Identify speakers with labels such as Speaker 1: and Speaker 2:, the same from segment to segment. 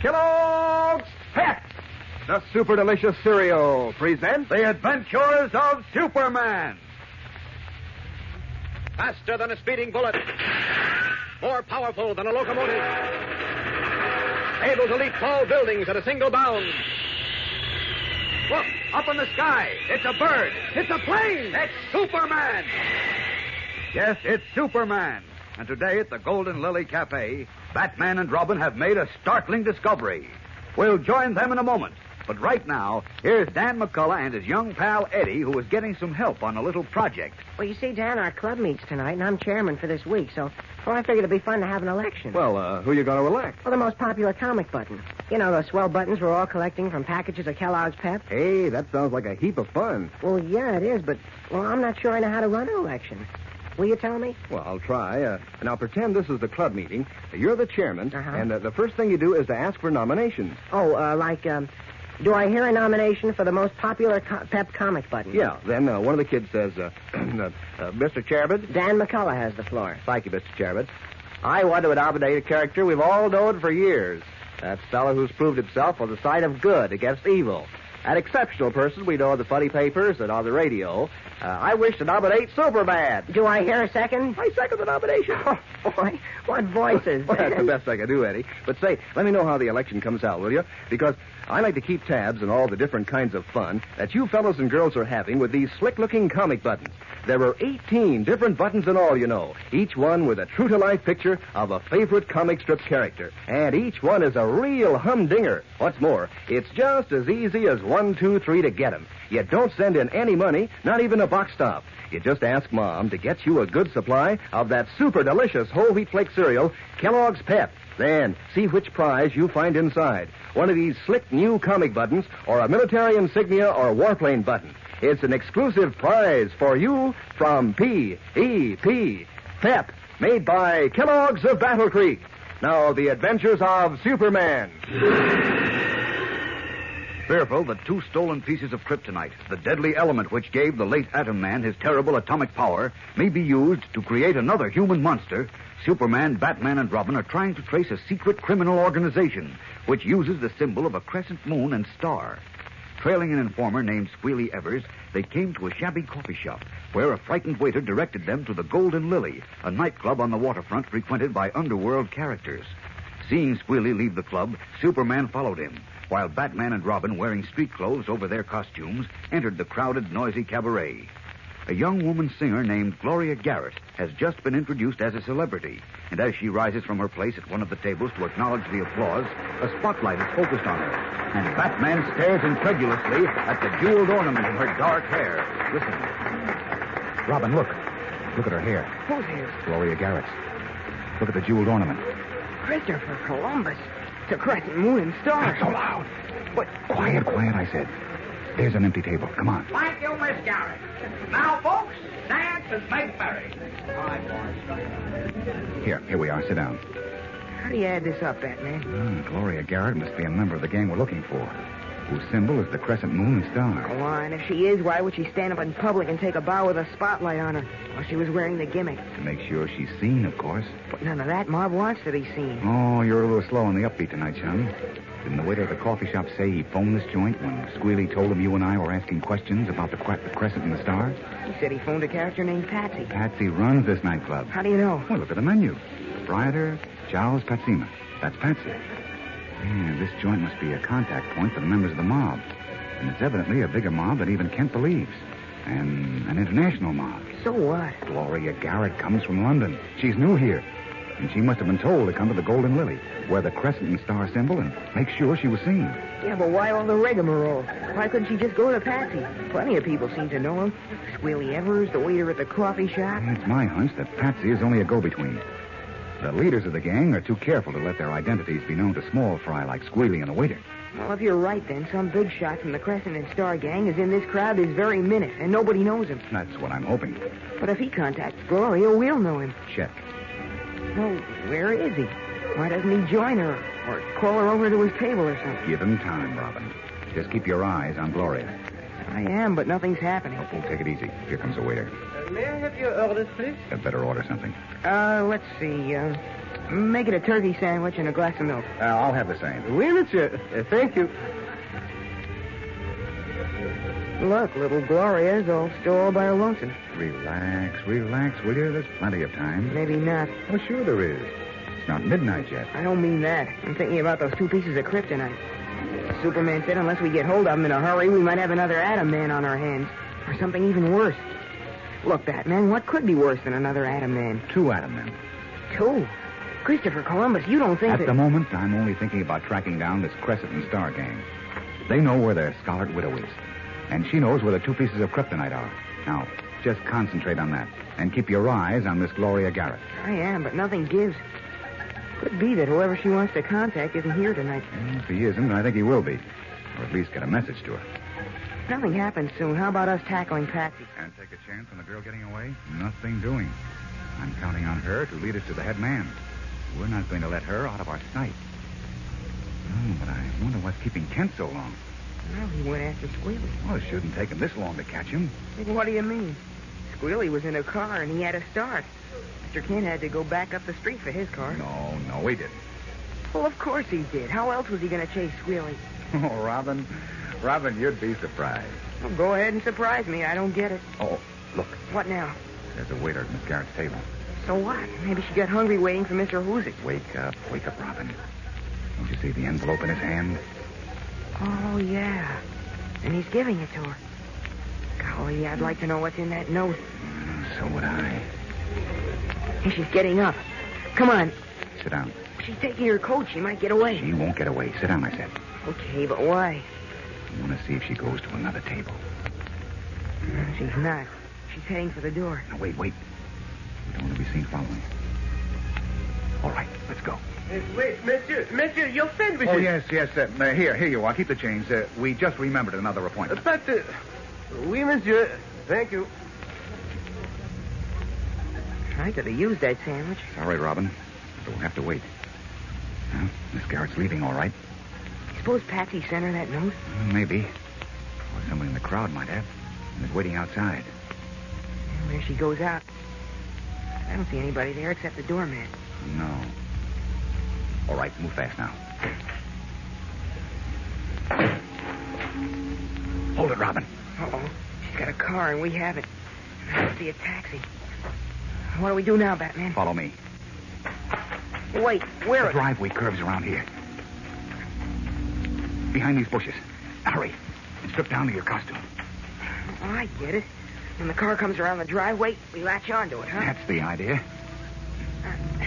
Speaker 1: Kellogg's Pep, the super delicious cereal, presents The Adventures of Superman.
Speaker 2: Faster than a speeding bullet. More powerful than a locomotive. Able to leap tall buildings at a single bound. Look, up in the sky. It's a bird. It's a plane. It's Superman.
Speaker 1: Yes, it's Superman. And today at the Golden Lily Cafe, Batman and Robin have made a startling discovery. We'll join them in a moment. But right now, here's Dan McCullough and his young pal Eddie, who is getting some help on a little project.
Speaker 3: Well, you see, Dan, our club meets tonight, and I'm chairman for this week, so well, I figured it'd be fun to have an election.
Speaker 1: Well, uh, who you going to elect?
Speaker 3: Well, the most popular comic button. You know, those swell buttons we're all collecting from packages of Kellogg's Pep?
Speaker 1: Hey, that sounds like a heap of fun.
Speaker 3: Well, yeah, it is, but, well, I'm not sure I know how to run an election. Will you tell me?
Speaker 1: Well, I'll try. Uh, now, pretend this is the club meeting. You're the chairman,
Speaker 3: Uh-huh.
Speaker 1: and uh, the first thing you do is to ask for nominations.
Speaker 3: Oh, uh, like, um, do I hear a nomination for the most popular co- Pep comic button?
Speaker 1: Yeah, then uh, one of the kids says, uh, uh, uh, Mr. Chairman.
Speaker 3: Dan McCullough has the floor.
Speaker 1: Thank you, Mr. Chairman. I want to nominate a character we've all known for years. That fellow who's proved himself on the side of good against evil. An exceptional person we know in the funny papers and on the radio. Uh, I wish to nominate Superman.
Speaker 3: Do I hear a second?
Speaker 1: I second the nomination.
Speaker 3: Boy, what voices,
Speaker 1: Well, that's the
Speaker 3: Dan.
Speaker 1: best I can do, Eddie. But say, let me know how the election comes out, will you? Because I like to keep tabs on all the different kinds of fun that you fellows and girls are having with these slick-looking comic buttons. There are 18 different buttons in all, you know, each one with a true-to-life picture of a favorite comic strip character. And each one is a real humdinger. What's more, it's just as easy as one, two, three to get 'em. You don't send in any money, not even a box stop. You just ask Mom to get you a good supply of that super delicious whole wheat flake cereal, Kellogg's Pep. Then see which prize you find inside. One of these slick new comic buttons, or a military insignia or warplane button. It's an exclusive prize for you from P.E.P. Pep, made by Kellogg's of Battle Creek. Now, the adventures of Superman. Fearful that two stolen pieces of kryptonite, the deadly element which gave the late Atom Man his terrible atomic power, may be used to create another human monster, Superman, Batman, and Robin are trying to trace a secret criminal organization which uses the symbol of a crescent moon and star. Trailing an informer named Squealy Evers, they came to a shabby coffee shop where a frightened waiter directed them to the Golden Lily, a nightclub on the waterfront frequented by underworld characters. Seeing Squealy leave the club, Superman followed him, while Batman and Robin, wearing street clothes over their costumes, entered the crowded, noisy cabaret. A young woman singer named Gloria Garrett has just been introduced as a celebrity, and as she rises from her place at one of the tables to acknowledge the applause, a spotlight is focused on her, and Batman stares incredulously at the jeweled ornament in her dark hair. Listen. Robin, look. Look at her hair.
Speaker 3: Who's here?
Speaker 1: Gloria Garrett. Look at the jeweled ornament.
Speaker 3: Christopher Columbus. The crescent moon and stars.
Speaker 1: Not so loud. What? Quiet, quiet, I said. There's an empty table. Come on.
Speaker 4: Thank you, Miss Garrett. Now, folks, dance and make merry.
Speaker 1: Here, here we are. Sit down.
Speaker 3: How do you add this up, Batman?
Speaker 1: Hmm, Gloria Garrett must be a member of the gang we're looking for, whose symbol is the crescent moon and star.
Speaker 3: Why, and if she is, why would she stand up in public and take a bow with a spotlight on her? Well, she was wearing the gimmick.
Speaker 1: To make sure she's seen, of course.
Speaker 3: But none of that mob wants to be seen.
Speaker 1: Oh, you're a little slow on the upbeat tonight, chum. Didn't the waiter at the coffee shop say he phoned this joint when Squealy told him you and I were asking questions about the, cre- the crescent and the star?
Speaker 3: He said he phoned a character named Patsy.
Speaker 1: Patsy runs this nightclub.
Speaker 3: How do you know?
Speaker 1: Well, look at the menu. Proprietor, Charles Patsima. That's Patsy. Yeah, this joint must be a contact point for the members of the mob. And it's evidently a bigger mob than even Kent believes. And an international mob.
Speaker 3: So what?
Speaker 1: Gloria Garrett comes from London. She's new here. And she must have been told to come to the Golden Lily, wear the crescent and star symbol, and make sure she was seen.
Speaker 3: Yeah, but why all the rigmarole? Why couldn't she just go to Patsy? Plenty of people seem to know him. Squilly Evers, the waiter at the coffee shop.
Speaker 1: It's my hunch that Patsy is only a go-between. The leaders of the gang are too careful to let their identities be known to small fry like Squealy and the waiter.
Speaker 3: Well, if you're right, then some big shot from the Crescent and Star gang is in this crowd this very minute, and nobody knows him.
Speaker 1: That's what I'm hoping.
Speaker 3: But if he contacts Gloria, we'll know him.
Speaker 1: Check.
Speaker 3: Well, where is he? Why doesn't he join her or call her over to his table or something?
Speaker 1: Give him time, Robin. Just keep your eyes on Gloria.
Speaker 3: I am, but nothing's happening.
Speaker 1: We'll take it easy. Here comes a waiter.
Speaker 5: May I have your orders, please?
Speaker 1: Had better order something.
Speaker 3: Uh, let's see. Uh, make it a turkey sandwich and a glass of milk.
Speaker 1: Uh, I'll have the same.
Speaker 5: Oui, monsieur. Uh, thank you.
Speaker 3: Look, little Gloria's all still all by her lonesome.
Speaker 1: Relax, relax, will you? There's plenty of time.
Speaker 3: Maybe not.
Speaker 1: Well, sure there is. It's not midnight yet.
Speaker 3: I don't mean that. I'm thinking about those two pieces of kryptonite. Superman said unless we get hold of them in a hurry, we might have another Atom Man on our hands. Or something even worse. Look, Batman, what could be worse than another Atom Man?
Speaker 1: Two atom men.
Speaker 3: Two. Christopher Columbus, you don't think
Speaker 1: At
Speaker 3: that...
Speaker 1: the moment, I'm only thinking about tracking down this Crescent and Star gang. They know where their Scarlet Widow is, and she knows where the two pieces of kryptonite are. Now, just concentrate on that, and keep your eyes on Miss Gloria Garrett.
Speaker 3: I am, but nothing gives. Could be that whoever she wants to contact isn't here tonight.
Speaker 1: And if he isn't, I think he will be, or at least get a message to her.
Speaker 3: Nothing happens soon. How about us tackling Patsy?
Speaker 1: And take a chance on the girl getting away? Nothing doing. I'm counting on her to lead us to the head man. We're not going to let her out of our sight. Oh, but I wonder what's keeping Kent so long.
Speaker 3: Well, he went after Squealy.
Speaker 1: Well, it shouldn't take him this long to catch him.
Speaker 3: What do you mean? Squealy was in a car and he had a start. Mr. Kent had to go back up the street for his car.
Speaker 1: No, no, he didn't.
Speaker 3: Well, of course he did. How else was he going to chase Squealy?
Speaker 1: Oh, Robin, Robin, you'd be surprised.
Speaker 3: Well, go ahead and surprise me. I don't get it.
Speaker 1: Oh, look,
Speaker 3: What now?
Speaker 1: there's a waiter at Miss Garrett's table.
Speaker 3: So what? Maybe she got hungry waiting for Mr. Hoosick.
Speaker 1: Wake up, wake up, Robin. Don't you see the envelope in his hand?
Speaker 3: Oh, yeah. And he's giving it to her. Golly, I'd like to know what's in that note.
Speaker 1: Mm, So would I.
Speaker 3: And she's getting up. Come on.
Speaker 1: Sit down.
Speaker 3: She's taking her coat. She might get away.
Speaker 1: She won't get away. Sit down, I said.
Speaker 3: Okay, but why?
Speaker 1: I want to see if she goes to another table.
Speaker 3: She's not. She's heading for the door.
Speaker 1: Now, wait, wait. We don't want to be seen following. All right, let's go.
Speaker 5: Wait, monsieur. Monsieur, your sandwiches.
Speaker 1: Oh, yes, yes. Uh, uh, here, here you are. Keep the change. Uh, we just remembered another
Speaker 5: Uh,
Speaker 1: appointment.
Speaker 5: But, uh, oui, monsieur. Thank you.
Speaker 3: I could have used that sandwich.
Speaker 1: Sorry, Robin, but we'll have to wait. Well, Miss Garrett's leaving, all right.
Speaker 3: You suppose Patsy sent her that note?
Speaker 1: Maybe. Or somebody in the crowd might have. And is waiting outside.
Speaker 3: There she goes out. I don't see anybody there except the doorman.
Speaker 1: No. All right, move fast now. Hold it, Robin.
Speaker 3: Uh-oh. She's got a car and we have it. I don't see a taxi. What do we do now, Batman?
Speaker 1: Follow me.
Speaker 3: Wait, where
Speaker 1: The driveway curves around here. Behind these bushes. Now hurry. And strip down to your costume.
Speaker 3: Oh, I get it. When the car comes around the driveway, we latch onto it, huh?
Speaker 1: That's the idea.
Speaker 3: Uh,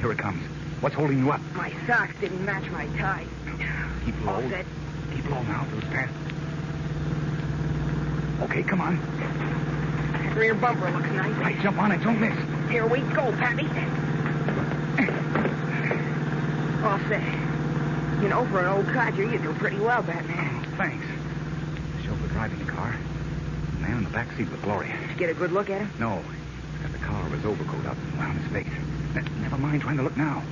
Speaker 1: Here it comes. What's holding you up?
Speaker 3: my socks didn't match my tie.
Speaker 1: Keep low.
Speaker 3: All set.
Speaker 1: Keep low now. Those past. Okay, come on.
Speaker 3: That rear bumper looks nice.
Speaker 1: Right, jump on it. Don't miss.
Speaker 3: Here we go, Pappy. All set. You know, for an old codger, you do pretty well, Batman.
Speaker 1: Thanks. The chauffeur driving the car. The man in the back seat with Gloria.
Speaker 3: Did you get a good look at him?
Speaker 1: No. He's got the collar of his overcoat up and around his face. Ne- Never mind trying to look now.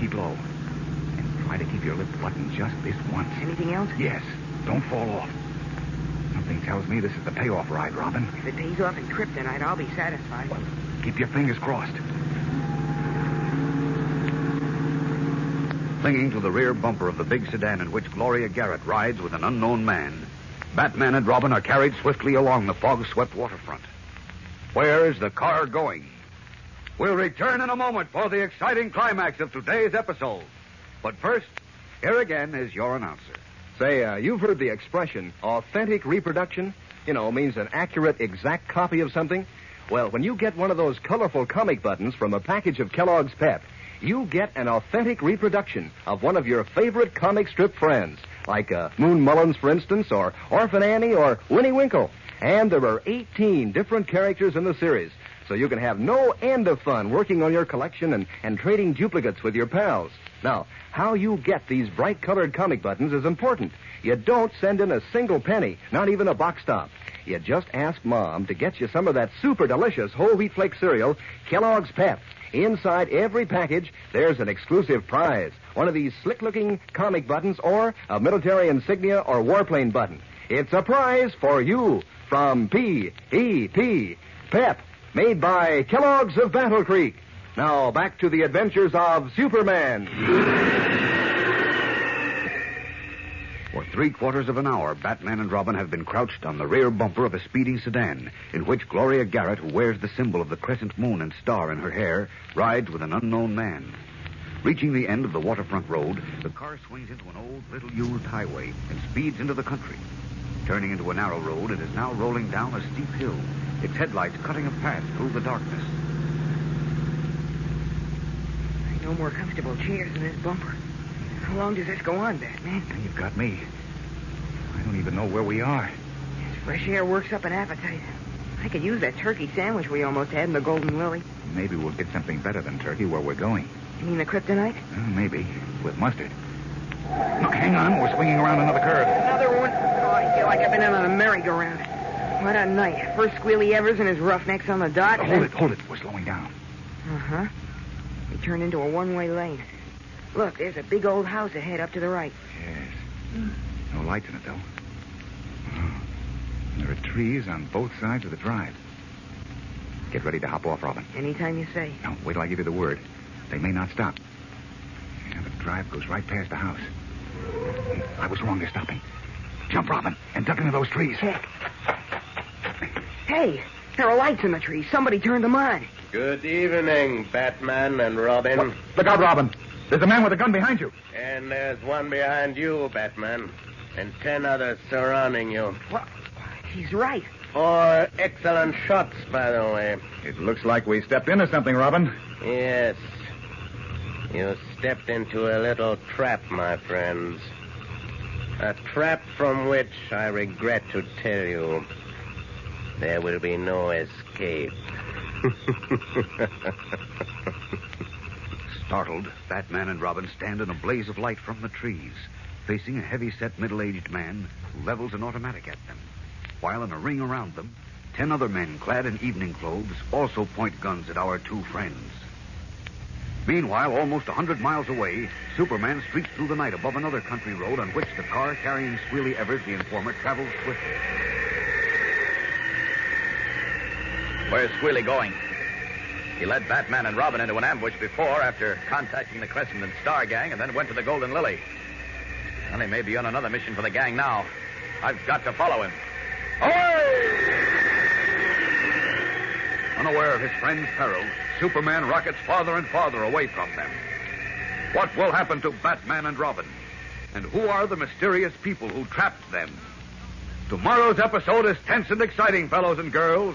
Speaker 1: Keep low. And try to keep your lip buttoned just this once.
Speaker 3: Anything else?
Speaker 1: Yes. Don't fall off. Something tells me this is the payoff ride, Robin.
Speaker 3: If it pays off in kryptonite, I'll be satisfied.
Speaker 1: Keep your fingers crossed.
Speaker 2: clinging to the rear bumper of the big sedan in which Gloria Garrett rides with an unknown man. Batman and Robin are carried swiftly along the fog swept waterfront. Where is the car going? We'll return in a moment for the exciting climax of today's episode. But first, here again is your announcer.
Speaker 6: Say, uh, you've heard the expression authentic reproduction. You know, means an accurate, exact copy of something. Well, when you get one of those colorful comic buttons from a package of Kellogg's Pep, you get an authentic reproduction of one of your favorite comic strip friends, like uh, Moon Mullins, for instance, or Orphan Annie, or Winnie Winkle. And there are 18 different characters in the series. so you can have no end of fun working on your collection and, and trading duplicates with your pals. Now, how you get these bright colored comic buttons is important. You don't send in a single penny, not even a box top. You just ask Mom to get you some of that super delicious whole wheat flake cereal, Kellogg's Pep. Inside every package, there's an exclusive prize one of these slick looking comic buttons or a military insignia or warplane button. It's a prize for you from P.E.P. Pep, made by Kellogg's of Battle Creek. Now back to the adventures of Superman.
Speaker 1: For three quarters of an hour, Batman and Robin have been crouched on the rear bumper of a speeding sedan, in which Gloria Garrett, who wears the symbol of the crescent moon and star in her hair, rides with an unknown man. Reaching the end of the waterfront road, the car swings into an old, little used highway and speeds into the country. Turning into a narrow road, it is now rolling down a steep hill, its headlights cutting a path through the darkness.
Speaker 3: No more comfortable chairs in this bumper. How long does this go on, Batman?
Speaker 1: Now you've got me. I don't even know where we are.
Speaker 3: This fresh air works up an appetite. I could use that turkey sandwich we almost had in the Golden Lily.
Speaker 1: Maybe we'll get something better than turkey where we're going.
Speaker 3: You mean the kryptonite?
Speaker 1: Well, maybe. With mustard. Look, hang on. We're swinging around another curve.
Speaker 3: Another one. Oh, I feel like I've been in on a merry-go-round. What a night. First Squealy Evers and his roughnecks on the dot.
Speaker 1: Hold it, hold it. We're slowing down.
Speaker 3: Uh huh. We turned into a one-way lane. Look, there's a big old house ahead up to the right.
Speaker 1: Yes. No lights in it, though. Oh. There are trees on both sides of the drive. Get ready to hop off, Robin.
Speaker 3: Anytime you say.
Speaker 1: Now, wait till I give you the word. They may not stop. Yeah, the drive goes right past the house. I was wrong. They're stopping. Jump, Robin, and duck into those trees.
Speaker 3: Check. Hey, there are lights in the trees. Somebody turned them on.
Speaker 5: Good evening, Batman and Robin.
Speaker 1: Look out, Robin. There's a man with a gun behind you.
Speaker 5: And there's one behind you, Batman, and ten others surrounding you.
Speaker 3: Well, he's right.
Speaker 5: Four excellent shots, by the way.
Speaker 1: It looks like we stepped into something, Robin.
Speaker 5: Yes. You stepped into a little trap, my friends. A trap from which I regret to tell you there will be no escape.
Speaker 1: Startled, Batman and Robin stand in a blaze of light from the trees, facing a heavy set middle aged man who levels an automatic at them. While in a ring around them, ten other men clad in evening clothes also point guns at our two friends. Meanwhile, almost a hundred miles away, Superman streaks through the night above another country road on which the car carrying Squealy Evers, the informer, travels swiftly.
Speaker 7: Where's Squealy going? He led Batman and Robin into an ambush before after contacting the Crescent and Star Gang and then went to the Golden Lily. And he may be on another mission for the gang now. I've got to follow him.
Speaker 1: Unaware of his friend's peril, Superman rockets farther and farther away from them. What will happen to Batman and Robin? And who are the mysterious people who trapped them? Tomorrow's episode is tense and exciting, fellows and girls.